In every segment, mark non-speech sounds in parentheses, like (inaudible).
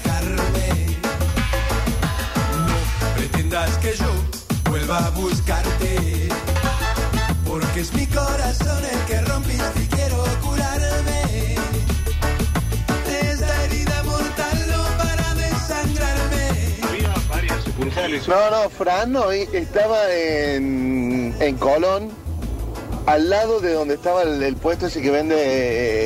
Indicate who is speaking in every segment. Speaker 1: dejarme. No pretendas que yo vuelva a buscarte, porque es mi corazón el que rompiste y quiero curarme. De esta herida mortal no para desangrarme.
Speaker 2: Había varias sucursales.
Speaker 3: No, no, Fran no, eh, estaba en, en Colón, al lado de donde estaba el, el puesto ese que vende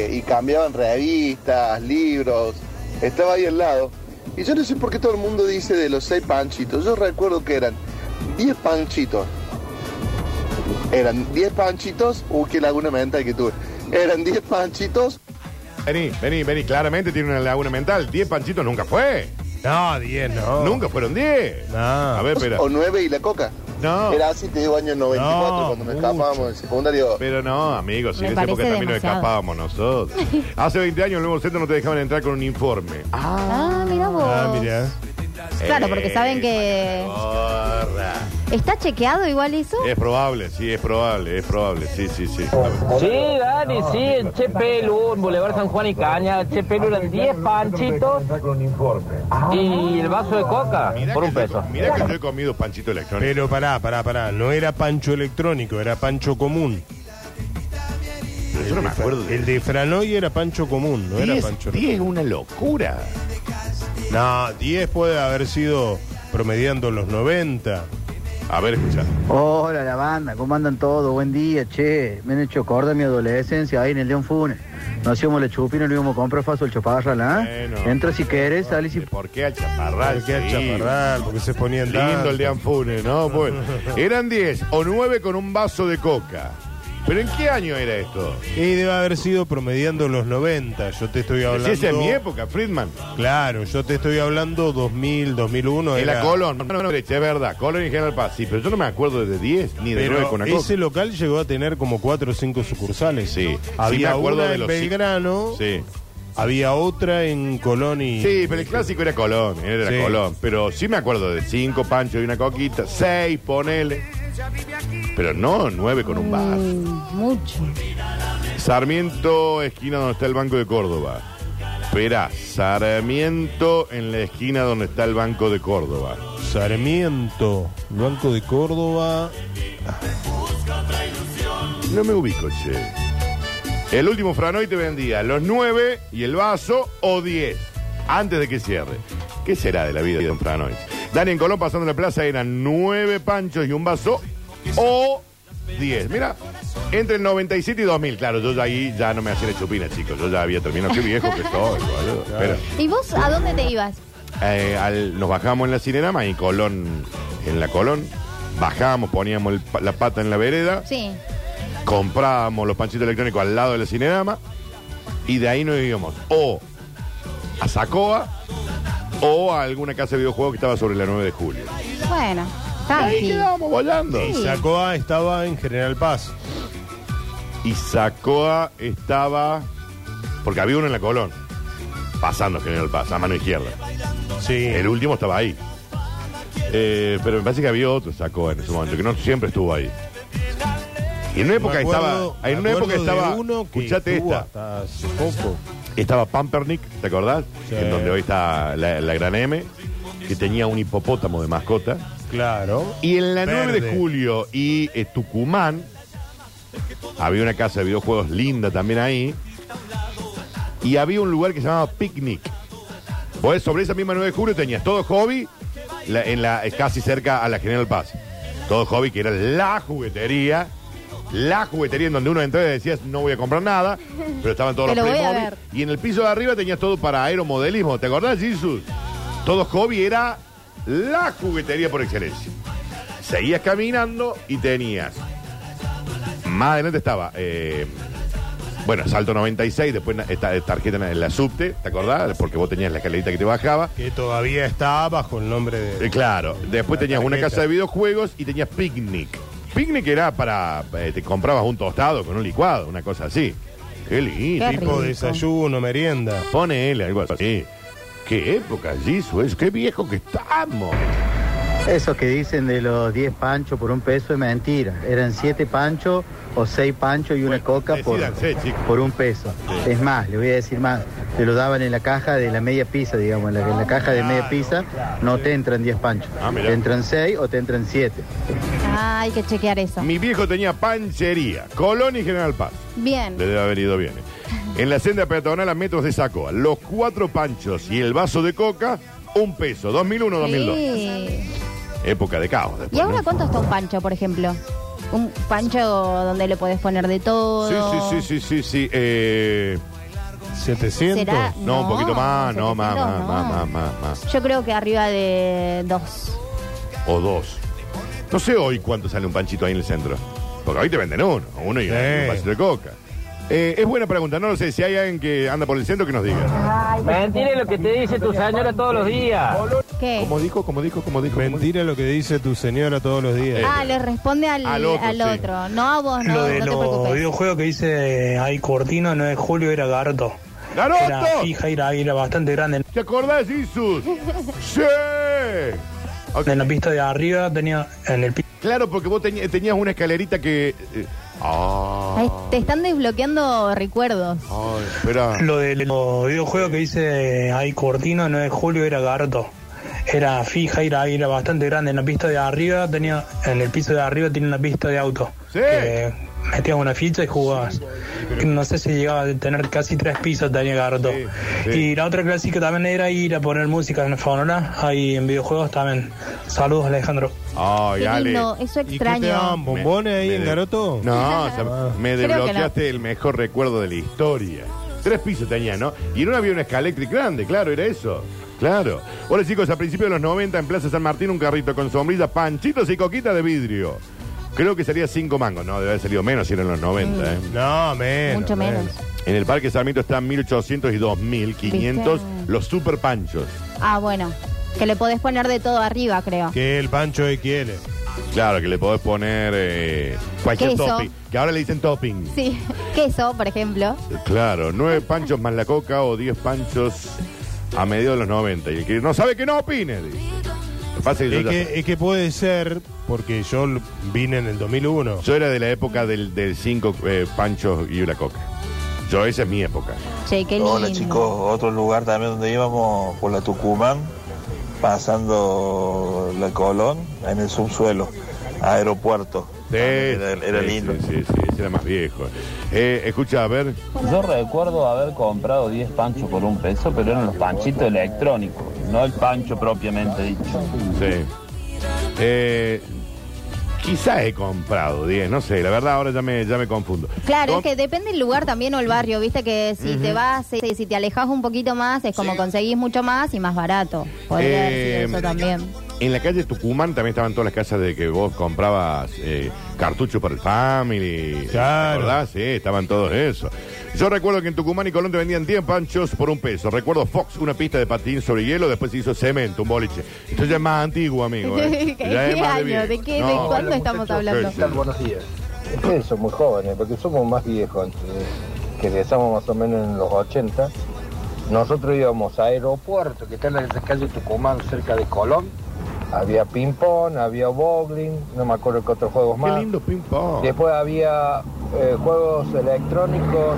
Speaker 3: eh, y cambiaban revistas, libros, estaba ahí al lado. Y yo no sé por qué todo el mundo dice de los seis panchitos, yo recuerdo que eran 10 panchitos. Eran 10 panchitos, uy, qué laguna mental que tuve. Eran 10 panchitos,
Speaker 4: Vení, vení, vení. Claramente tiene una laguna mental. 10 panchitos nunca fue.
Speaker 5: No, 10 no.
Speaker 4: Nunca fueron 10.
Speaker 5: No.
Speaker 4: A ver, espera.
Speaker 3: o 9 y la coca.
Speaker 4: No.
Speaker 3: Era así, te digo, año 94,
Speaker 5: No,
Speaker 3: cuando nos
Speaker 5: mucho.
Speaker 3: escapábamos del secundario.
Speaker 4: Pero no, amigos, si
Speaker 6: Me
Speaker 4: en esa época
Speaker 6: parece
Speaker 4: también nos
Speaker 6: demasiado.
Speaker 4: escapábamos nosotros.
Speaker 6: (laughs)
Speaker 4: Hace 20 años en el nuevo centro no te dejaban entrar con un informe.
Speaker 6: Ah, mira vos.
Speaker 5: Ah, mira.
Speaker 6: Claro, porque saben
Speaker 4: Eh,
Speaker 6: que-
Speaker 4: Gorda.
Speaker 6: ¿Está chequeado igual eso?
Speaker 5: Eh.
Speaker 4: Es probable, sí, es probable, es probable. Sí, sí, sí.
Speaker 7: Sí, Dani, sí, en Che Pelu, en Boulevard San Juan y Caña, Che Pelu eran 10 panchitos y el vaso de coca
Speaker 4: Mirá
Speaker 7: por
Speaker 4: Ah, que
Speaker 7: un
Speaker 4: yo he-
Speaker 7: peso.
Speaker 4: Mirá que yo he comido panchito electrónico.
Speaker 5: Pero pará, pará, pará. No era pancho electrónico, era pancho común.
Speaker 4: yo no me acuerdo de
Speaker 5: El de Franoy era pancho común, no era
Speaker 4: 10
Speaker 5: pancho
Speaker 4: 10 es una locura.
Speaker 5: No, 10 puede haber sido promediando los 90.
Speaker 4: A ver, escucha.
Speaker 8: Hola, la banda, ¿cómo andan todos? Buen día, che. Me han hecho acordar mi adolescencia ahí en el León Funes. No hacíamos la chupina, no íbamos a comprar faso el chaparra, ¿la?
Speaker 4: Bueno.
Speaker 8: Entra si querés, salís y...
Speaker 4: ¿Por qué al chaparral?
Speaker 5: Porque al
Speaker 4: Sí.
Speaker 5: chaparral, porque se ponía en
Speaker 4: Lindo
Speaker 5: danza.
Speaker 4: el de Anfune, ¿no?
Speaker 5: (laughs)
Speaker 4: Bueno, eran 10 o 9 con un vaso de coca. ¿Pero en qué año era esto?
Speaker 5: Y debe haber sido promediando los 90. Yo te estoy hablando.
Speaker 4: Si esa es mi época, Friedman.
Speaker 5: Claro, yo te estoy hablando 2000, 2001.
Speaker 4: En la
Speaker 5: era-
Speaker 4: Colón, no, no, no, es verdad, Colón y General Paz, sí, pero yo no me acuerdo de 10 ni de 9
Speaker 5: Pero
Speaker 4: con la coca.
Speaker 5: ese local llegó a tener como 4 o 5 sucursales.
Speaker 4: Sí, sí me
Speaker 5: Había
Speaker 4: acuerdo
Speaker 5: una
Speaker 4: de
Speaker 5: en
Speaker 4: los-
Speaker 5: Belgrano.
Speaker 4: Sí.
Speaker 5: Había otra en Colón y.
Speaker 4: Sí, pero el clásico era Colón, era
Speaker 5: Sí.
Speaker 4: Colón. Pero sí me acuerdo de 5 panchos y una coquita, 6 ponele. Pero no 9 con un vaso.
Speaker 6: Mm, mucho.
Speaker 4: Sarmiento, esquina donde está el Banco de Córdoba. Espera, Sarmiento en la esquina donde está el Banco de Córdoba.
Speaker 5: Sarmiento, Banco de Córdoba.
Speaker 4: No me ubico, che. El último Franoy te vendía los nueve y el vaso o 10 antes de que cierre. ¿Qué será de la vida de Don Franoy? Dani en Colón pasando la plaza eran nueve panchos y un vaso o 10. Mira, entre el 97 y 2000. Claro, yo ya ahí ya no me hacía la chupina, chicos. Yo ya había terminado. Qué viejo que soy, boludo. Espera.
Speaker 6: ¿Y vos a dónde te ibas?
Speaker 4: Eh, al- nos bajamos en la Cinerama y Colón, en la Colón, bajamos, poníamos el pa- la pata en la vereda,
Speaker 6: Sí.
Speaker 4: comprábamos los panchitos electrónicos al lado de la Cinerama y de ahí nos íbamos o a Sacoa o a alguna casa de videojuegos que estaba sobre la 9 de julio.
Speaker 6: Bueno,
Speaker 5: Ah,
Speaker 4: Ahí
Speaker 6: tranqui.
Speaker 4: quedábamos volando.
Speaker 6: Sí.
Speaker 5: Sacoa ah, estaba en General Paz.
Speaker 4: Y Sacoa estaba, porque había uno en la Colón, pasando General Paz, a mano izquierda.
Speaker 5: Sí.
Speaker 4: El último estaba ahí. Eh, pero me parece que había otro sacó en ese momento, que no siempre estuvo ahí. Y en una época
Speaker 5: Me acuerdo-
Speaker 4: estaba. En
Speaker 5: me
Speaker 4: una época
Speaker 5: acuerdo de
Speaker 4: estaba.
Speaker 5: uno que
Speaker 4: escuchate
Speaker 5: estuvo
Speaker 4: esta.
Speaker 5: Hasta hace poco.
Speaker 4: Estaba Pampernick, ¿te acordás?
Speaker 5: Sí.
Speaker 4: En donde hoy está la, la Gran M, que tenía un hipopótamo de mascota.
Speaker 5: Claro.
Speaker 4: Y en la
Speaker 5: Verde.
Speaker 4: 9 de julio y eh, Tucumán había una casa de videojuegos linda también ahí. Y había un lugar que se llamaba Picnic. Vos sobre esa misma 9 de julio tenías todo hobby la- en la, eh, casi cerca a la General Paz. Todo hobby que era la juguetería. La juguetería en donde uno entraba y decías no voy a comprar nada, pero estaban todos
Speaker 6: Pero
Speaker 4: los
Speaker 6: voy a
Speaker 4: Playmobil.
Speaker 6: ver.
Speaker 4: Y en el piso de arriba tenías todo para aeromodelismo. ¿Te acordás, Jesus? Todo hobby era la juguetería por excelencia. Seguías caminando y tenías. Más adelante estaba. eh, bueno, Salto 96, después na- esta, esta tarjeta en la- en la subte, ¿te acordás? Porque vos tenías la escalerita que te bajaba.
Speaker 5: Que todavía está bajo el nombre de.
Speaker 4: Eh, claro, después
Speaker 5: La
Speaker 4: tenías una
Speaker 5: tarjeta.
Speaker 4: casa de videojuegos y tenías picnic. Picnic era para. eh, te comprabas un tostado con un licuado, una cosa así. Qué lindo.
Speaker 6: Qué
Speaker 5: Tipo
Speaker 6: rico.
Speaker 5: desayuno, merienda.
Speaker 4: Ponele algo así. Qué época, Jesus, qué viejo que estamos.
Speaker 8: Eso que dicen de los 10 panchos por un peso es mentira. Eran 7 panchos o 6 panchos y una
Speaker 4: Bueno,
Speaker 8: coca por,
Speaker 4: decídanse, chicos.
Speaker 8: por un peso. Es más, le voy a decir más. te lo daban en la caja de la media pizza, digamos, en la, en la caja de media pizza no te entran 10 panchos,
Speaker 4: Ah, mirá.
Speaker 8: te entran 6 o te entran 7.
Speaker 6: Ah, hay que chequear eso.
Speaker 4: Mi viejo tenía panchería, Colón y General Paz.
Speaker 6: Bien.
Speaker 4: Le debe haber ido bien. ¿eh? En la senda peatonal a metros de Sacoa, los cuatro panchos y el vaso de coca, un peso, 2001, 2002.
Speaker 6: Sí.
Speaker 4: Época de caos.
Speaker 6: ¿Y
Speaker 4: después,
Speaker 6: ahora
Speaker 4: ¿no?
Speaker 6: cuánto está un pancho, por ejemplo? Un pancho donde le podés poner de todo.
Speaker 4: Sí, sí, sí, sí, sí, sí. eh,
Speaker 5: 700.
Speaker 6: ¿Será?
Speaker 4: no, un poquito más, no, más,
Speaker 6: 700
Speaker 4: más,
Speaker 6: no.
Speaker 4: más, más, más, más.
Speaker 6: Yo creo que arriba de dos.
Speaker 4: O dos. No sé hoy cuánto sale un panchito ahí en el centro. Porque hoy te venden uno, uno y
Speaker 5: Sí.
Speaker 4: un vasito de coca. Eh, es buena pregunta, no lo sé. Si hay alguien que anda por el centro, que nos diga.
Speaker 7: Mentira es lo que te dice tu señora todos los días.
Speaker 6: ¿Qué?
Speaker 4: Como dijo, como dijo, como dijo. como dijo.
Speaker 5: Mentira lo que dice tu señora todos los días.
Speaker 6: Ah, le responde al,
Speaker 4: Al
Speaker 6: al
Speaker 4: otro,
Speaker 6: otro.
Speaker 4: sí.
Speaker 6: No a vos, no,
Speaker 9: Lo de
Speaker 6: no te
Speaker 9: los
Speaker 6: preocupes.
Speaker 9: videojuegos que dice ahí Cortino, 9 de julio, era Garto. Era
Speaker 4: ¡Garoto!
Speaker 9: fija, era, era bastante grande.
Speaker 4: ¿Te
Speaker 9: (laughs)
Speaker 4: acordás, Jesus? ¡Sí! Ok,
Speaker 9: En la pista de arriba tenía en el pi-
Speaker 4: Claro, porque vos teñi- tenías una escalerita que. eh, ah,
Speaker 6: Ay, te están desbloqueando recuerdos.
Speaker 4: ay, espera.
Speaker 9: Lo de los videojuegos que dice ahí Cortino, 9 de julio, era Garto. Era fija, era, era bastante grande. En la pista de arriba tenía, en el piso de arriba tiene una pista de auto.
Speaker 4: Sí.
Speaker 9: Que metías una ficha y jugabas. No sé si llegaba a tener casi tres pisos, tenía Garto.
Speaker 4: Sí, sí.
Speaker 9: Y la otra clásica también era ir a poner música en la fauna, ahí en videojuegos también. Saludos Alejandro.
Speaker 4: Ay,
Speaker 6: Qué
Speaker 4: Ale.
Speaker 6: lindo, eso
Speaker 5: ¿Y qué te daban
Speaker 6: extraño.
Speaker 5: bombones ahí
Speaker 4: Me-
Speaker 5: en
Speaker 4: me-
Speaker 5: Garoto? Ah.
Speaker 4: No, o sea, me
Speaker 6: Creo que
Speaker 4: desbloqueaste el mejor recuerdo de la historia. Tres pisos tenía, ¿no? Y en una había una escaléctric grande, claro, era eso. Claro. Hola chicos, a principios de los 90 en Plaza San Martín un carrito con sombrilla, panchitos y coquita de vidrio. Creo que salía cinco mangos, no, debe haber salido menos si eran los 90, ¿eh?
Speaker 6: Mm.
Speaker 5: No, menos.
Speaker 6: Mucho menos.
Speaker 4: En el Parque Sarmiento están 1800 y 2500
Speaker 6: Viste.
Speaker 4: los super panchos.
Speaker 6: Ah, bueno. Que le podés poner de todo arriba, creo.
Speaker 5: Que el Pancho de quiere.
Speaker 4: Claro, que le podés poner eh, cualquier
Speaker 6: Queso.
Speaker 4: topping. Que ahora le dicen topping.
Speaker 6: Sí. (laughs) Queso, por ejemplo.
Speaker 4: Claro, nueve panchos más la coca o diez panchos a medio de los 90. Y el que no sabe que no opine. dice. Lo que pasa es que
Speaker 5: Es
Speaker 4: yo, ya-
Speaker 5: que, es que puede ser, porque yo l- vine en el 2001.
Speaker 4: yo era de la época del, del cinco eh, panchos y una coca. Yo, esa es mi época.
Speaker 10: Ah,
Speaker 6: Che, qué lindo.
Speaker 10: Hola chicos, otro lugar también donde íbamos por la Tucumán, pasando la Colón, en el subsuelo, aeropuerto. Era, era
Speaker 4: Sí,
Speaker 10: lindo.
Speaker 4: Sí, sí, sí, era más viejo. Eh, escucha, a ver.
Speaker 7: Yo recuerdo haber comprado 10 panchos por un peso, pero eran los panchitos electrónicos, no el pancho propiamente dicho.
Speaker 4: Sí. Eh, quizá he comprado 10, no sé. La verdad, ahora ya me, ya me confundo.
Speaker 6: Claro,
Speaker 4: Com-
Speaker 6: es que depende del lugar también o el barrio, viste que si te vas, eh, si te alejas un poquito más, es como conseguís mucho más y más barato. Podría
Speaker 4: Eh,
Speaker 6: haber sido eso también.
Speaker 4: En la calle Tucumán también estaban todas las casas de que vos comprabas eh, cartucho para el family.
Speaker 5: Claro.
Speaker 4: ¿Te acordás? Sí, estaban todos eso. Yo recuerdo que en Tucumán y Colón te vendían 10 panchos por un peso. Recuerdo Fox, una pista de patín sobre hielo, después se hizo cemento, un boliche. Esto ya es más antiguo, amigo.
Speaker 6: (laughs)
Speaker 4: ¿eh?
Speaker 6: (laughs) ¿Qué
Speaker 4: Ya es más
Speaker 6: año?
Speaker 4: viejo.
Speaker 6: ¿De qué- de cuándo estamos
Speaker 4: muchachos,
Speaker 6: hablando?
Speaker 4: ¿qué es?
Speaker 10: Buenos días. Ustedes son muy jóvenes, porque somos más viejos, eh, que empezamos más o menos en los 80. Nosotros íbamos a aeropuerto, que está en la calle Tucumán, cerca de Colón. Había ping-pong, había bowling, no me acuerdo qué otros juegos
Speaker 4: Qué
Speaker 10: más.
Speaker 4: lindo ping-pong.
Speaker 10: Después había eh, juegos electrónicos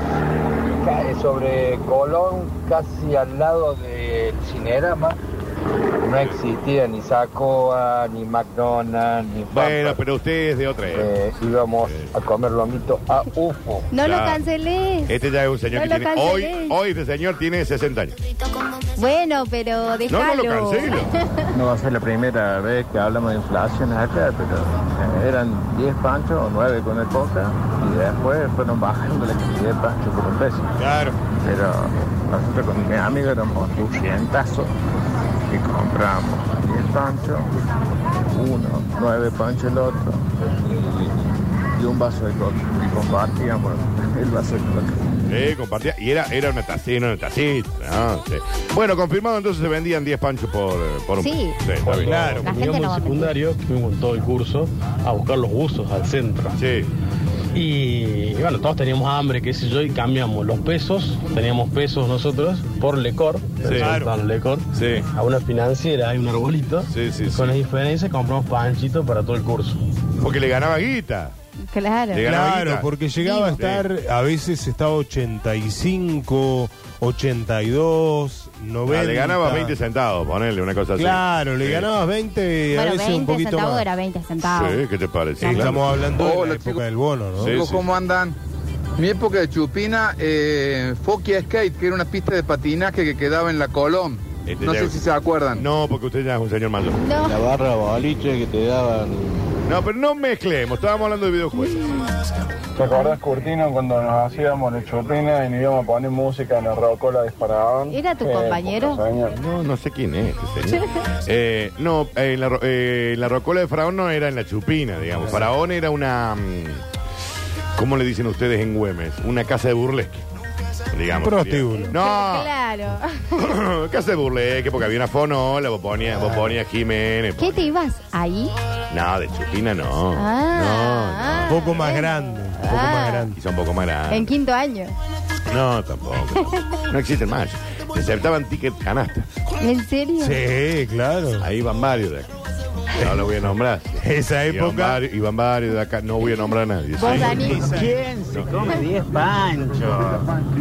Speaker 10: ca- sobre Colón, casi al lado del Cinerama. No existía ni Sacoa, ni McDonald's, ni
Speaker 4: Bueno,
Speaker 10: Pampers.
Speaker 4: pero ustedes de otra época.
Speaker 10: Eh, íbamos a comer lomitos a UFO.
Speaker 6: No lo
Speaker 4: Claro.
Speaker 6: cancelés.
Speaker 4: Este ya es un señor
Speaker 6: No
Speaker 4: que
Speaker 6: lo
Speaker 4: tiene. Hoy,
Speaker 6: cancelé.
Speaker 4: hoy este señor tiene 60 años.
Speaker 6: Bueno, pero
Speaker 4: No, no
Speaker 6: déjalo.
Speaker 4: lo cancelo.
Speaker 6: (laughs)
Speaker 10: No va a ser la primera vez que hablamos de inflación acá, pero eh, eran 10 panchos o 9 con el coca y después fueron bajando la cantidad de panchos por un peso.
Speaker 5: Claro.
Speaker 10: Pero nosotros con mi amigo éramos 200 y compramos 10 panchos, uno, 9 panchos el otro y, y un vaso de coca. Y compartíamos el vaso de coca.
Speaker 4: Sí, compartía. Y era, era una tacita, una tacita. ¿no? Sí. Bueno, confirmado, entonces se vendían 10 panchos por, eh, por un.
Speaker 6: Sí.
Speaker 4: está bien.
Speaker 5: Claro.
Speaker 6: La gente no va a mentir.
Speaker 9: fuimos todo el curso a buscar los buzos al centro.
Speaker 4: Sí.
Speaker 9: Y bueno, todos teníamos hambre, qué sé yo, y cambiamos los pesos, teníamos pesos nosotros, por lecor,
Speaker 4: Sí.
Speaker 9: claro. lecor,
Speaker 4: Sí.
Speaker 9: a una financiera, hay un arbolito,
Speaker 4: Sí, sí,
Speaker 9: y
Speaker 4: sí.
Speaker 9: con la diferencia compramos panchitos para todo el curso.
Speaker 4: Porque le ganaba guita. Ah,
Speaker 6: Claro.
Speaker 4: Le ganaba
Speaker 5: Claro,
Speaker 4: guita.
Speaker 5: porque llegaba a estar, a veces estaba 85, 82, 90.
Speaker 4: Ah, le ganabas 20 centavos, ponele una cosa
Speaker 5: Claro,
Speaker 4: así.
Speaker 5: le
Speaker 4: Sí.
Speaker 5: ganabas 20 y a
Speaker 6: Bueno,
Speaker 5: veces un
Speaker 6: 20
Speaker 5: poquito
Speaker 6: centavos
Speaker 5: más.
Speaker 6: era 20 centavos.
Speaker 4: Sí, ¿qué te parece?
Speaker 5: Sí, estamos
Speaker 4: Claro.
Speaker 5: hablando de la
Speaker 11: Hola,
Speaker 5: época del bono, ¿no?
Speaker 4: Sí,
Speaker 11: Chicos,
Speaker 4: sí.
Speaker 11: ¿cómo andan? Mi época de Chupina, eh, Fokia Skate, que era una pista de patinaje que quedaba en la Colón.
Speaker 4: Este
Speaker 11: no
Speaker 4: ya-
Speaker 11: sé si se acuerdan.
Speaker 4: No, porque usted ya es un señor mayor.
Speaker 6: No.
Speaker 10: La barra boliche que te daban.
Speaker 4: No, pero no mezclemos, estábamos hablando de videojuegos.
Speaker 10: ¿Te acordás, Curtino, cuando nos hacíamos la chupina y nos íbamos a poner música en la rocola disparadón?
Speaker 6: ¿Era tu compañero?
Speaker 4: No, no sé quién es este señor. Eh, no, eh, la, ro- eh, la rocola de Faraón no era en la Chupina, digamos. Faraón era una. mm, ¿Cómo le dicen ustedes en Güemes? Una casa de burlesque. Digamos.
Speaker 5: Un prostíbulo.
Speaker 4: No,
Speaker 6: (laughs) Claro.
Speaker 4: (laughs) casa de burlesque, porque había una fonola, vos ponías, vos ponías Jiménez.
Speaker 6: ¿Qué te ibas ahí?
Speaker 4: No, de Chupina no.
Speaker 6: Ah.
Speaker 5: Un poco más grande, un poco
Speaker 6: Ah.
Speaker 5: más
Speaker 4: No,
Speaker 5: grande.
Speaker 4: quizá un poco más grande.
Speaker 6: En quinto año.
Speaker 4: No, tampoco. No existen más. Aceptaban ticket canasta.
Speaker 6: ¿En serio?
Speaker 5: Sí, claro.
Speaker 4: Ahí van varios de acá. No lo voy a nombrar.
Speaker 5: Esa
Speaker 4: Iban
Speaker 5: época.
Speaker 4: varios- Iban varios de acá. No voy a nombrar a nadie.
Speaker 6: ¿Vos,
Speaker 4: sí.
Speaker 6: Dani?
Speaker 12: ¿Quién se come 10 panchos?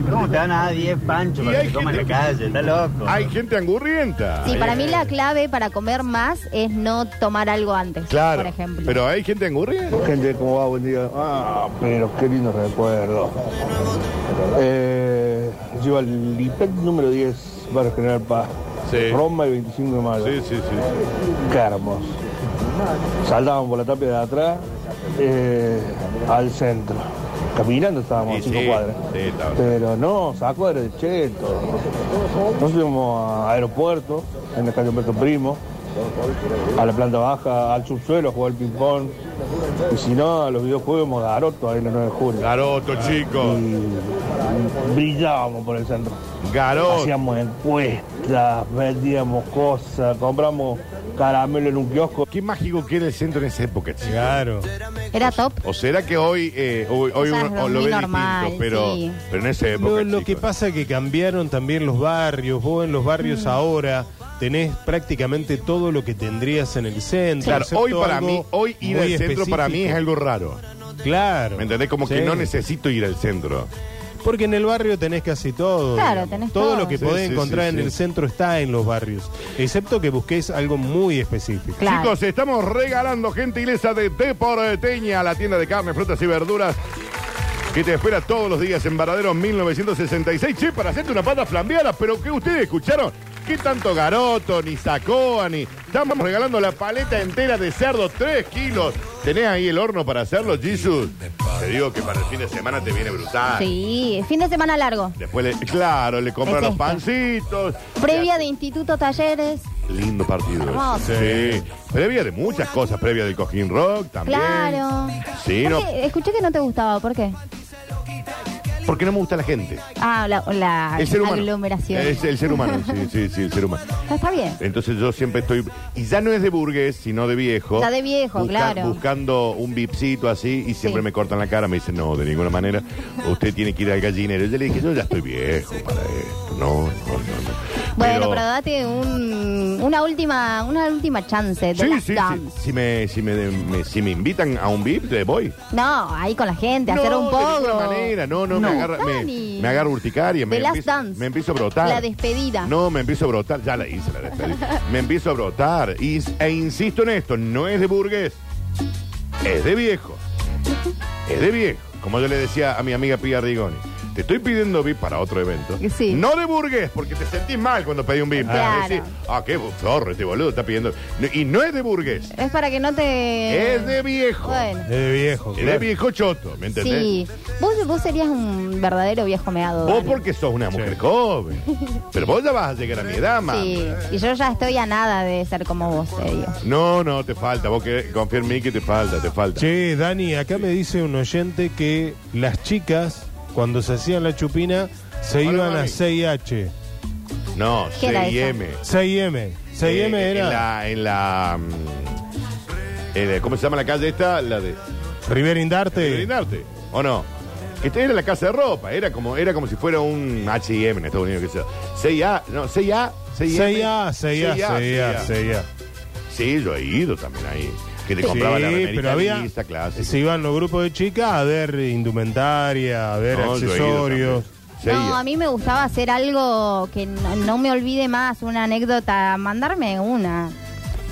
Speaker 12: ¿Cómo te van a dar 10 panchos para que se coma en la calle? Está loco.
Speaker 4: Hay gente angurrienta.
Speaker 6: Sí, para
Speaker 4: Eh,
Speaker 6: mí la clave para comer más es no tomar algo antes,
Speaker 4: Claro.
Speaker 6: por ejemplo.
Speaker 4: Pero hay gente angurrienta.
Speaker 10: Gente, ¿cómo va? Buen día. Ah, pero qué lindo recuerdo. Eh, yo al IPEC E número 10, Barrio General Paz.
Speaker 4: Sí.
Speaker 10: Roma el 25 de mayo.
Speaker 4: Sí, sí, sí.
Speaker 10: Qué hermoso. Saltaban por la tapia de atrás eh, al centro. Caminando estábamos
Speaker 4: Y
Speaker 10: a cinco
Speaker 4: sí,
Speaker 10: cuadras.
Speaker 4: sí, estaba.
Speaker 10: Pero no, a cuadras de cheto. Nos fuimos a aeropuerto, en el calle Humberto Primo, a la planta baja, al subsuelo a jugar ping-pong. Y si no, a los videojuegos hemos garoto ahí en el 9 de julio.
Speaker 4: Garoto, chicos.
Speaker 10: Y brillábamos por el centro.
Speaker 4: Garoto.
Speaker 10: Hacíamos encuestas, vendíamos cosas, compramos caramelo en un kiosco.
Speaker 4: Qué mágico que era el centro en esa época, chicos.
Speaker 5: Claro.
Speaker 6: Era top.
Speaker 4: O será que hoy, eh, hoy, hoy
Speaker 6: Ya es
Speaker 4: uno lo ve
Speaker 6: muy normal,
Speaker 4: distinto, pero,
Speaker 6: sí.
Speaker 4: pero en esa época.
Speaker 5: Lo, lo
Speaker 4: chicos.
Speaker 5: que pasa es que cambiaron también los barrios. Vos en los
Speaker 4: Mm.
Speaker 5: barrios ahora tenés prácticamente todo lo que tendrías en el centro.
Speaker 4: Claro,
Speaker 5: excepto
Speaker 4: hoy para
Speaker 5: algo
Speaker 4: mí, hoy ir al
Speaker 5: muy
Speaker 4: centro para mí es
Speaker 5: específico.
Speaker 4: algo raro.
Speaker 5: Claro.
Speaker 4: ¿Me entendés? Como que
Speaker 5: Sí.
Speaker 4: no necesito ir al centro.
Speaker 5: Porque en el barrio tenés casi todo.
Speaker 6: Claro,
Speaker 5: digamos.
Speaker 6: tenés
Speaker 5: todo.
Speaker 6: todo.
Speaker 5: lo que
Speaker 4: Sí,
Speaker 5: podés
Speaker 4: sí,
Speaker 5: encontrar
Speaker 4: sí,
Speaker 5: en
Speaker 4: sí.
Speaker 5: el centro está en los barrios. Excepto que busquéis algo muy específico.
Speaker 6: Claro.
Speaker 4: Chicos, estamos regalando gentileza de Deporteña, la tienda de carne, frutas y verduras que te espera todos los días en Varadero 1966. Che, para hacerte una pata flambeada, pero que ustedes escucharon. ¿Qué tanto garoto, ni sacoa, ni... Estamos regalando la paleta entera de cerdo, 3 kilos. ¿Tenés ahí el horno para hacerlo, Jesus? Te digo que para el fin de semana te viene brutal.
Speaker 6: Sí, fin de semana largo.
Speaker 4: Después, le- claro, le compran
Speaker 6: Es
Speaker 4: los
Speaker 6: este.
Speaker 4: pancitos.
Speaker 6: Previa de instituto, talleres.
Speaker 4: Lindo partido.
Speaker 6: Hermoso.
Speaker 4: ese. Sí. Previa de muchas cosas, previa del Cojín Rock también.
Speaker 6: Claro.
Speaker 4: Sí,
Speaker 6: ¿Por
Speaker 4: no,
Speaker 6: qué? Escuché que no te gustaba, ¿por qué? eh,
Speaker 4: porque no me gusta la gente.
Speaker 6: Ah, la, la
Speaker 4: El ser humano.
Speaker 6: aglomeración.
Speaker 4: Es el ser humano, sí, sí, sí, el ser humano.
Speaker 6: Ah, Está bien.
Speaker 4: Entonces yo siempre estoy. Y ya no es de burgués, sino de viejo.
Speaker 6: Ya de viejo, claro.
Speaker 4: Buscando un vipsito así y siempre
Speaker 6: Sí.
Speaker 4: me cortan la cara. Me dicen, no, de ninguna manera. Usted tiene que ir al gallinero. Yo le dije, yo ya estoy viejo para esto. No, no, no. no.
Speaker 6: Bueno, pero, date un- una última una última chance. de
Speaker 4: Sí,
Speaker 6: las
Speaker 4: sí, sí.
Speaker 6: dams.
Speaker 4: Si me, si me, me- si me invitan a un VIP, te voy.
Speaker 6: No, ahí con la gente, hacer un
Speaker 4: de
Speaker 6: poco.
Speaker 4: ninguna manera. No, no, me agarra, me,
Speaker 6: Dani.
Speaker 4: me agarra urticaria. Me
Speaker 6: The Last
Speaker 4: empiezo,
Speaker 6: Dance.
Speaker 4: me empiezo a brotar.
Speaker 6: La despedida.
Speaker 4: No, me empiezo a brotar. Ya la hice, la
Speaker 6: (laughs)
Speaker 4: despedida. me empiezo a brotar. Y, e insisto en esto, no es de burgués. Es de viejo. Es de viejo. Como yo le decía a mi amiga Pia Rigoni. Te estoy pidiendo VIP para otro evento.
Speaker 6: Sí.
Speaker 4: No de burgués, porque te sentís mal cuando pedí un VIP.
Speaker 6: Claro.
Speaker 4: Decís, ah, qué zorro este boludo está pidiendo. No, Y no es de burgués.
Speaker 6: Es para que no te.
Speaker 4: Es de viejo.
Speaker 6: Eh, Bueno.
Speaker 5: Es de viejo.
Speaker 4: Es de
Speaker 5: claro.
Speaker 4: viejo choto, ¿me entendés?
Speaker 6: Sí, vos, vos serías un verdadero viejo meado.
Speaker 4: Vos
Speaker 6: Dani.
Speaker 4: porque sos una mujer
Speaker 5: Sí.
Speaker 4: joven. Pero vos ya vas a llegar a mi edad, ma.
Speaker 6: Sí, y yo ya estoy a nada de ser como vos, serio.
Speaker 4: No, no, te falta. Vos que confía en mí que te falta, te falta.
Speaker 5: Che, Dani, acá me dice un oyente que las chicas, cuando se hacían la chupina, se
Speaker 4: Hola,
Speaker 5: iban a
Speaker 4: mami.
Speaker 5: 6H.
Speaker 4: No,
Speaker 6: ¿Qué era
Speaker 4: CIM.
Speaker 5: 6M. 6M
Speaker 4: Eh,
Speaker 5: era
Speaker 4: En la. En la mm, en la- ¿Cómo se llama la calle esta? La de.
Speaker 5: Rivera
Speaker 4: de
Speaker 5: Indarte.
Speaker 4: Lindarte, ¿O no? Que esta era la casa de ropa. Era como, era como si fuera un HM en Estados Unidos. Que sea. 6A. No, 6A. 6M,
Speaker 5: 6A, 6A, 6A, 6A.
Speaker 4: Sí, yo he ido también ahí. Que te
Speaker 5: Sí,
Speaker 4: compraba la
Speaker 5: pero había.
Speaker 4: americanista clásica.
Speaker 5: Se iban los grupos de chicas a ver indumentaria, a ver
Speaker 4: No, yo he ido
Speaker 5: accesorios.
Speaker 4: también.
Speaker 6: No, a
Speaker 4: Seguía.
Speaker 6: mí me gustaba hacer algo que no, no me olvide más, una anécdota, mandarme una.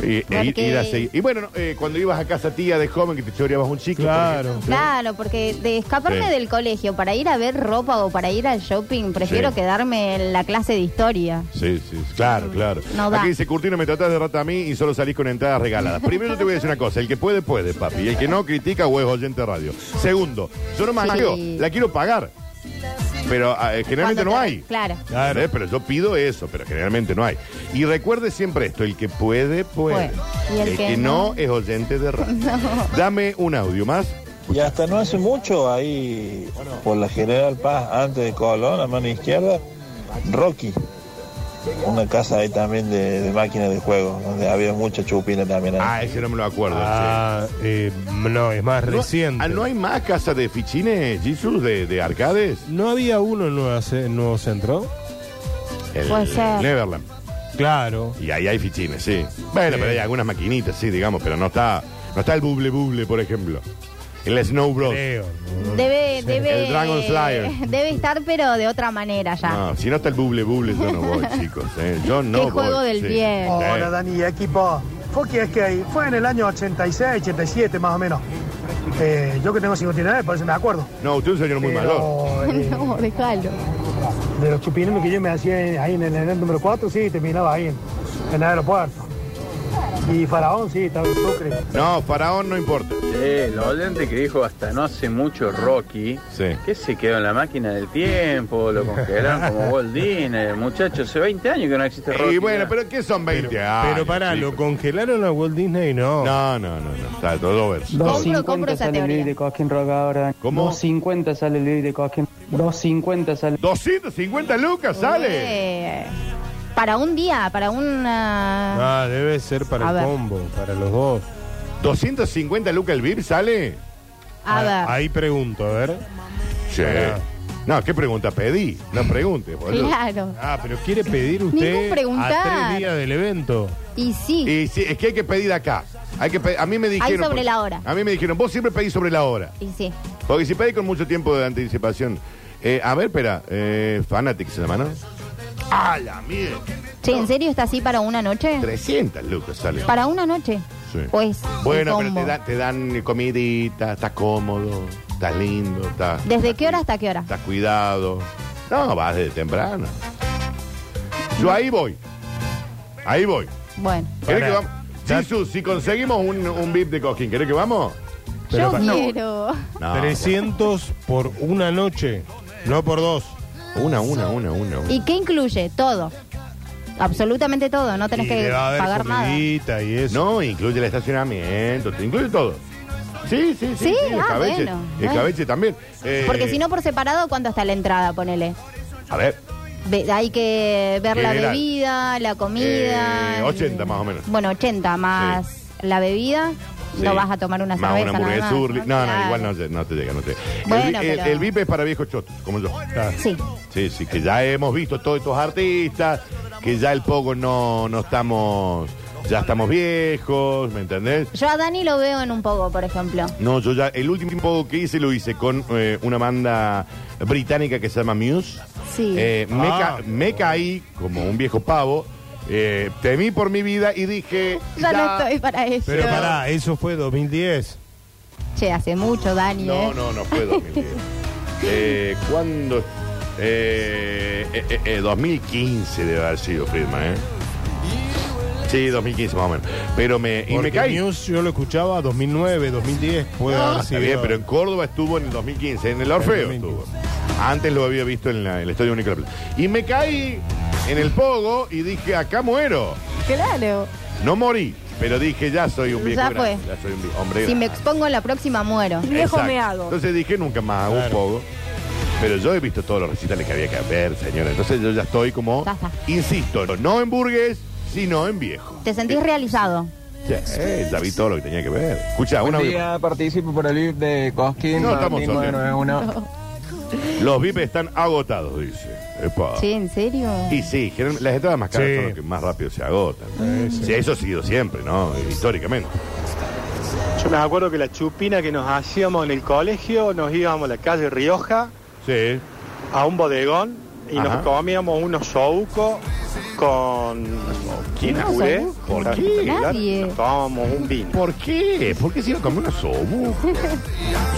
Speaker 4: Y, e ir-
Speaker 6: porque-
Speaker 4: ir a seguir. Y bueno, no, eh, cuando ibas a casa tía de joven que te choreabas un chicle. Claro.
Speaker 6: Claro, porque de escaparme
Speaker 4: Sí.
Speaker 6: del colegio para ir a ver ropa o para ir al shopping, prefiero
Speaker 4: Sí.
Speaker 6: quedarme en la clase de historia.
Speaker 4: Sí, sí, claro, claro.
Speaker 6: No da.
Speaker 4: Aquí dice Curtino, me tratás de rata a mí y solo salís con entradas regaladas. Primero te voy a decir una cosa, el que puede, puede, papi. Y el que no, critica o es oyente de radio. Segundo, yo no mangueo,
Speaker 6: Sí.
Speaker 4: la quiero pagar. Pero ah, eh, generalmente
Speaker 6: Cuando
Speaker 4: no
Speaker 6: te-
Speaker 4: hay.
Speaker 6: Claro.
Speaker 4: Claro. Pero yo pido eso, pero generalmente no hay. Y recuerde siempre esto, el que puede, puede.
Speaker 6: Puede. Y
Speaker 4: el, que, no, es oyente de radio. Dame un audio más.
Speaker 13: Y hasta no hace mucho, ahí por la General Paz, antes de Colón, a mano izquierda, Rocky. Una casa ahí también de, de máquinas de juego, donde había mucha chupina también. Ahí.
Speaker 4: Ah, ese no me lo acuerdo.
Speaker 5: Ah, eh, no, es más
Speaker 4: No-
Speaker 5: reciente.
Speaker 4: ah, ¿No hay más casa de fichines, Jesus, de, de arcades?
Speaker 5: ¿No había uno en Nueva Ce- en Nuevo Centro?
Speaker 4: El
Speaker 5: Puede ser.
Speaker 4: Neverland.
Speaker 5: Claro.
Speaker 4: Y ahí hay fichines, sí. Bueno, pero hay algunas maquinitas, sí, digamos, pero no está, no está el buble buble, por ejemplo. El Snow Bros.
Speaker 6: Debe,
Speaker 4: Sí.
Speaker 6: debe,
Speaker 4: El Dragon Slayer.
Speaker 6: (laughs) debe estar, pero de otra manera ya.
Speaker 4: No, si no está el buble buble, yo no voy, chicos. eh. Yo no
Speaker 6: Qué juego
Speaker 4: voy,
Speaker 6: del
Speaker 4: sí. Eh,
Speaker 6: bien.
Speaker 4: Sí.
Speaker 14: Hola Dani y equipo. Oh, Foki es que fue en el año 86, 87 más o menos. Eh, yo que tengo 59, por eso me acuerdo.
Speaker 4: No, usted es un señor muy malo.
Speaker 6: (laughs) no, déjalo.
Speaker 14: De los chupineros que yo me hacía en- ahí en el enero número 4, sí, terminaba ahí en, en el aeropuerto. Y Faraón, sí, estaba en Sucre.
Speaker 4: No, Faraón no importa.
Speaker 15: Eh, lo oyente que dijo hasta no hace mucho Rocky, que se quedó en la máquina del tiempo, lo congelaron
Speaker 4: (laughs)
Speaker 15: como Walt Disney, muchacho, hace 20 años que no existe Rocky.
Speaker 4: bueno, pero ¿qué son 20 años?
Speaker 5: Pero pará, ¿lo congelaron a Walt Disney? No.
Speaker 4: No, no, no, no. Está todo verso.
Speaker 6: Compro, compro esa
Speaker 16: sale el
Speaker 6: teoría.
Speaker 16: Luis de Cosquenrock ahora.
Speaker 4: ¿Cómo?
Speaker 16: 250 sale el Luis de Cosquenrock. 250 sale.
Speaker 4: 250 lucas
Speaker 6: Eh, para un día, para una...
Speaker 5: Ah, debe ser para
Speaker 6: A
Speaker 5: el
Speaker 6: ver.
Speaker 5: combo, para los dos.
Speaker 4: ¿250 lucas el VIP sale? Ah,
Speaker 6: A ver.
Speaker 5: Ah, Ahí pregunto, a ver.
Speaker 4: Sí. No, ¿qué pregunta pedí? No pregunte, boludo.
Speaker 6: Claro.
Speaker 5: Ah, pero quiere pedir
Speaker 6: Ningún
Speaker 5: usted
Speaker 6: preguntar.
Speaker 5: a tres días del evento.
Speaker 6: Y sí.
Speaker 4: Y sí, es que hay que pedir acá. Hay que pe- a mí me dijeron.
Speaker 6: sobre
Speaker 4: porque-
Speaker 6: la hora.
Speaker 4: A mí me dijeron, vos siempre pedís sobre la hora.
Speaker 6: Y sí.
Speaker 4: Porque si pedís con mucho tiempo de anticipación. Eh, a ver, espera, eh, Fanatic se llama, ¿no? ¡A la mierda!
Speaker 6: Che, ¿en serio está así para una noche?
Speaker 4: 300 lucas sale.
Speaker 6: ¿Para una noche?
Speaker 4: Sí.
Speaker 6: Pues.
Speaker 4: Bueno,
Speaker 6: el
Speaker 4: pero
Speaker 6: combo.
Speaker 4: te, dan- te dan comidita, estás cómodo, estás lindo, estás,
Speaker 6: ¿Desde qué hora hasta qué hora?
Speaker 4: estás cuidado. No, vas desde temprano. Yo ahí voy. Ahí voy.
Speaker 6: Bueno.
Speaker 4: ¿Querés que vamos? Jesús, si conseguimos un, un VIP de Coquín, ¿querés que vamos?
Speaker 6: Yo
Speaker 5: pa-
Speaker 6: quiero.
Speaker 4: No,
Speaker 5: 300 por una noche, no por dos.
Speaker 4: Una, una, una, una.
Speaker 6: ¿Y qué incluye? Todo. Absolutamente todo. No tenés que pagar nada.
Speaker 4: y eso. No, incluye el estacionamiento, te incluye todo. Sí, sí, sí.
Speaker 6: Sí,
Speaker 4: el
Speaker 6: ah,
Speaker 4: cabeche,
Speaker 6: bueno,
Speaker 4: el
Speaker 6: bueno.
Speaker 4: cabeche también. Eh,
Speaker 6: Porque si no, por separado, ¿cuánto está la entrada? Ponele.
Speaker 4: A ver,
Speaker 6: Ve- hay que ver la
Speaker 4: General.
Speaker 6: bebida, la comida.
Speaker 4: eh, 80 más o menos.
Speaker 6: Bueno, 80 más la bebida.
Speaker 4: Sí.
Speaker 6: No vas a tomar una
Speaker 4: Más
Speaker 6: cerveza.
Speaker 4: una
Speaker 6: nada
Speaker 4: hamburguesa
Speaker 6: más,
Speaker 4: Urli- No, no,
Speaker 6: Claro.
Speaker 4: igual no, lle- no te llega, no te llega. El
Speaker 6: Bueno,
Speaker 4: vi- el,
Speaker 6: pero-
Speaker 4: el VIP es para viejos chotos, como yo.
Speaker 6: Sí.
Speaker 4: Sí, sí, que ya hemos visto todos estos artistas, que ya el poco no, no estamos, ya estamos viejos, ¿me entendés?
Speaker 6: Yo a Dani lo veo en un poco, por ejemplo.
Speaker 4: No, yo ya, el último poco que hice lo hice con eh, una banda británica que se llama Muse.
Speaker 6: Sí.
Speaker 4: Eh, me,
Speaker 6: Ah.
Speaker 4: ca- me caí como un viejo pavo, eh, temí por mi vida y dije...
Speaker 6: Ya, no estoy para eso.
Speaker 5: Pero pará, eso fue 2010.
Speaker 6: Che, hace mucho, Dani,
Speaker 4: No,
Speaker 6: ¿eh?
Speaker 4: no, no fue
Speaker 6: (laughs)
Speaker 4: 2010. eh, ¿Cuándo? Eh, eh, eh, eh, 2015 debe haber sido firma, ¿eh? Sí, 2015 más o menos. Pero me, y me
Speaker 5: Porque
Speaker 4: caí.
Speaker 5: News yo lo escuchaba 2009, 2010. Puede
Speaker 4: Ah,
Speaker 5: haber
Speaker 4: está
Speaker 5: sido.
Speaker 4: bien, pero en Córdoba estuvo en el 2015, en el Orfeo estuvo. Antes lo había visto en, la- el Estadio Único de la Plata. Y me caí en el pogo y dije, acá muero.
Speaker 6: Claro.
Speaker 4: No morí, pero dije, ya soy un viejo
Speaker 6: Ya
Speaker 4: grande,
Speaker 6: fue.
Speaker 4: Ya soy un vie- hombre
Speaker 6: Si me
Speaker 4: grande.
Speaker 6: expongo en la próxima, muero.
Speaker 4: Exacto. Entonces dije, nunca más hago un pogo. Pero yo he visto todos los recitales que había que ver, señora. Entonces yo ya estoy como, insisto, no en burgués, sino en viejo.
Speaker 6: Te sentís realizado.
Speaker 4: Ya, eh, ya vi todo lo que tenía que ver. Escucha, una
Speaker 17: participo por el VIP de Cosquín.
Speaker 4: No, estamos solos. Los VIPs están agotados, dice. Epa.
Speaker 6: Sí, ¿en serio?
Speaker 4: Ah. Y sí, generalmente las entradas más caras
Speaker 5: Sí.
Speaker 4: son las que más rápido se agotan. Sí, eso ha sido siempre, ¿no? Históricamente.
Speaker 18: Yo me acuerdo que la chupina que nos hacíamos en el colegio, nos íbamos a la calle Rioja.
Speaker 4: Sí.
Speaker 19: a un bodegón y
Speaker 4: Ajá.
Speaker 19: nos comíamos unos soucos con
Speaker 4: ¿Quién hace
Speaker 19: puré.
Speaker 4: souco? ¿Por qué? Nadie.
Speaker 19: Nos tomábamos un vino.
Speaker 4: ¿Por qué? ¿Por qué se iba a comer
Speaker 19: (laughs)
Speaker 4: una sobu?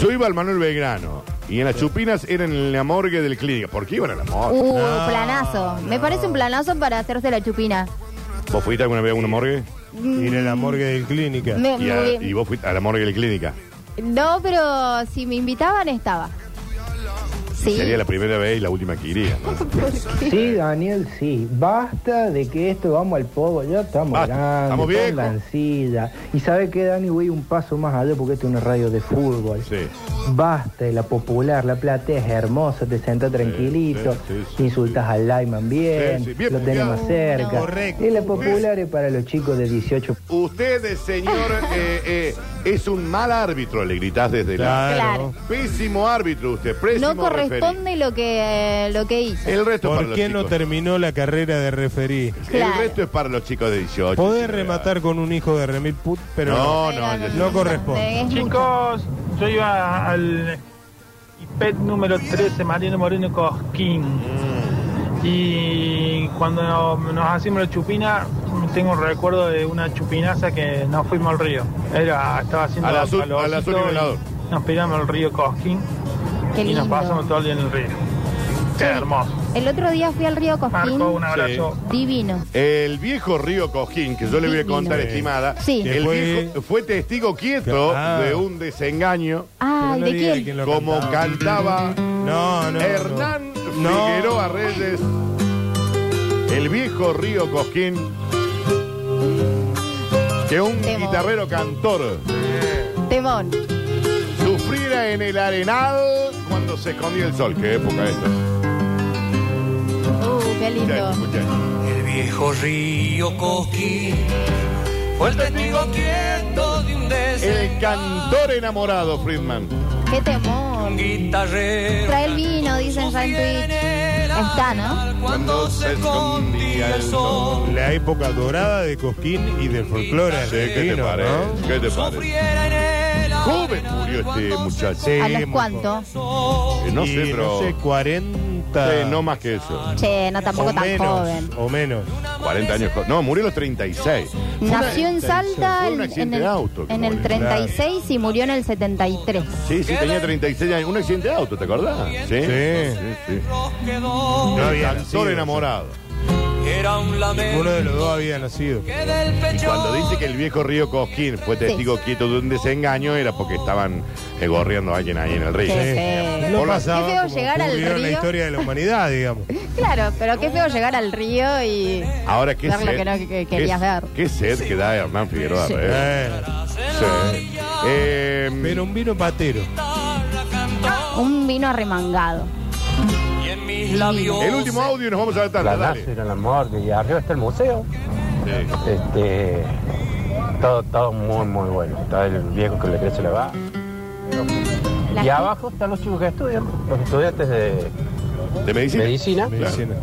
Speaker 4: Yo iba al Manuel Belgrano y en las chupinas eran en la morgue del clínica. ¿Por qué iban a la morgue?
Speaker 6: Uh,
Speaker 4: No.
Speaker 6: planazo. Me parece un planazo para hacerse la chupina.
Speaker 4: ¿Vos fuiste alguna vez a una morgue?
Speaker 6: Ir
Speaker 4: a la morgue del clínica.
Speaker 6: Me-
Speaker 4: y, a-
Speaker 6: muy bien.
Speaker 4: y vos fuiste a la morgue del clínica.
Speaker 6: No, pero si me invitaban estaba. Sí.
Speaker 4: Sería la primera vez y la última que iría. ¿no?
Speaker 20: Sí, Daniel, sí. Basta de que esto vamos al pogo. Ya estamos grandes,
Speaker 4: estamos viejos.
Speaker 20: pongan silla. Y sabe qué, Dani, voy un paso más allá porque esto es una radio de fútbol. Basta de la popular, la plata es hermosa, te sentás tranquilito, insultas al Lyman bien,
Speaker 4: Sí, sí, bien
Speaker 20: lo tenés
Speaker 4: puteado.
Speaker 20: más cerca.
Speaker 4: Correcto.
Speaker 20: Y la popular es para los chicos de 18.
Speaker 4: Usted,
Speaker 6: (laughs)
Speaker 4: señor, eh, eh, es un mal árbitro, le gritás desde la...
Speaker 6: Claro.
Speaker 4: Pésimo árbitro usted,
Speaker 6: No
Speaker 4: pésimo referí.
Speaker 6: corresponde lo que, lo que hizo.
Speaker 4: El resto para
Speaker 5: ¿Por
Speaker 4: los
Speaker 5: qué no
Speaker 4: chicos.
Speaker 5: terminó la carrera de referí?
Speaker 6: Claro.
Speaker 4: El resto es para los chicos de 18.
Speaker 5: Podés
Speaker 4: señora.
Speaker 5: rematar con un hijo de Remil Put, pero
Speaker 4: No,
Speaker 5: no,
Speaker 4: no, no,
Speaker 5: no corresponde.
Speaker 6: ¿eh?
Speaker 21: Chicos, yo iba al IPET número 13, Mariano Moreno Cosquín. Y cuando nos hacíamos la chupina, tengo un recuerdo de una chupinaza que nos fuimos al río. Era, estaba haciendo
Speaker 4: A la azul-
Speaker 21: calorcito
Speaker 4: a la azul nivelador.
Speaker 21: y Nos pegamos al río Cosquín
Speaker 6: Qué
Speaker 21: y nos
Speaker 6: lindo.
Speaker 21: pasamos todo el día en el río. Qué hermoso.
Speaker 6: El otro día fui al río Cosquín.
Speaker 21: Marco, un abrazo.
Speaker 6: Divino.
Speaker 4: El viejo Río Cojín, que yo le voy a contar,
Speaker 5: Sí.
Speaker 4: estimada,
Speaker 6: Sí.
Speaker 4: el
Speaker 5: Fue-
Speaker 4: viejo fue testigo quieto
Speaker 5: Ah.
Speaker 4: de un desengaño.
Speaker 6: Ah, ¿de quién?
Speaker 4: Como cantaba
Speaker 5: No, no, no.
Speaker 4: Hernán
Speaker 5: No.
Speaker 4: Figueroa Reyes, el viejo Río Cojín, que un
Speaker 6: Temón.
Speaker 4: guitarrero cantor
Speaker 6: Temón.
Speaker 4: sufriera en el arenal cuando se escondía el sol. Qué época esta.
Speaker 6: Uh, qué lindo.
Speaker 22: El viejo río Coquín fue el testigo quieto de un
Speaker 4: El cantor enamorado, Friedman.
Speaker 6: Qué temón.
Speaker 22: guitarrero.
Speaker 6: Trae el vino, dicen ya en Twitch. Está, ¿no?
Speaker 22: Cuando se escondía el sol,
Speaker 5: La época dorada de Cosquín y del folclore
Speaker 4: ¿Qué te
Speaker 5: argentino,
Speaker 4: parece?
Speaker 5: ¿no?
Speaker 4: ¿Qué te parece? Joven murió este muchacho.
Speaker 6: ¿A los cuántos?
Speaker 4: Eh, no
Speaker 5: Y
Speaker 4: sé, pero.
Speaker 5: no sé, 40.
Speaker 4: Sí, no más que eso.
Speaker 6: Che, no tampoco
Speaker 5: o
Speaker 6: tan
Speaker 5: menos,
Speaker 6: joven.
Speaker 5: O menos.
Speaker 4: 40 años. co- No, murió a los 36.
Speaker 6: Nació en Salta
Speaker 4: Fue un
Speaker 6: en- en
Speaker 4: accidente
Speaker 6: el,
Speaker 4: de auto que
Speaker 6: en el
Speaker 4: murió.
Speaker 6: 36 y murió en el 73.
Speaker 4: Sí, sí, tenía 36 años. Un accidente de auto, ¿te acordás? Sí. Sí, sí.
Speaker 22: quedó.
Speaker 4: El
Speaker 5: había nacido,
Speaker 4: actor enamorado.
Speaker 22: Era un
Speaker 5: Uno
Speaker 22: lamento
Speaker 5: de los dos había nacido.
Speaker 22: que del
Speaker 4: Y
Speaker 22: pecho
Speaker 4: cuando dice que el viejo Río Cosquín fue testigo quieto de un desengaño, era porque estaban eh, gorreando a alguien ahí en el río.
Speaker 6: Qué feo.
Speaker 5: No
Speaker 4: Por la-
Speaker 5: pasaba
Speaker 6: Qué feo
Speaker 5: como
Speaker 6: llegar al
Speaker 5: ocurrió en la
Speaker 6: río.
Speaker 5: historia de la humanidad, digamos.
Speaker 6: Claro, pero qué feo llegar al río y
Speaker 4: Ahora, ¿qué
Speaker 6: ver
Speaker 4: sed?
Speaker 6: lo que no que- que
Speaker 4: ¿Qué-
Speaker 6: querías ver.
Speaker 4: ¿Qué sed que da Hernán Figueroa?
Speaker 5: Sí.
Speaker 4: eh? Sí. Em,
Speaker 5: Pero un vino patero.
Speaker 6: un vino arremangado.
Speaker 4: El último audio y nos vamos a ver tarde.
Speaker 10: La
Speaker 4: Dale.
Speaker 10: NASA era la morgue y arriba está el museo. Este, todo, todo muy, muy bueno. Está el viejo que le crece la va.
Speaker 6: La- (laughs)
Speaker 10: Y abajo están los chicos que estudian, los estudiantes de,
Speaker 4: ¿De medicina?
Speaker 10: medicina.
Speaker 5: Medicina.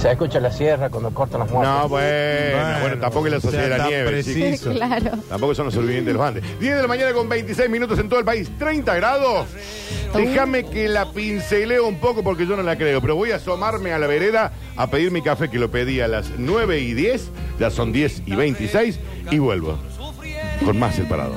Speaker 10: Se escucha la sierra cuando cortan las muertes.
Speaker 4: No, bueno, bueno, tampoco es la sociedad de
Speaker 5: sea
Speaker 4: la
Speaker 5: tan
Speaker 4: nieve.
Speaker 5: preciso.
Speaker 4: chicos.
Speaker 6: Claro.
Speaker 4: Tampoco son los sobrevivientes de los Andes. 10 de la mañana con 26 minutos en todo el país, 30 grados. Déjame que la pinceleo un poco porque yo no la creo, pero voy a asomarme a la vereda a pedir mi café que lo pedí a las 9 y 10, ya son 10 y 26 y vuelvo con más el parado.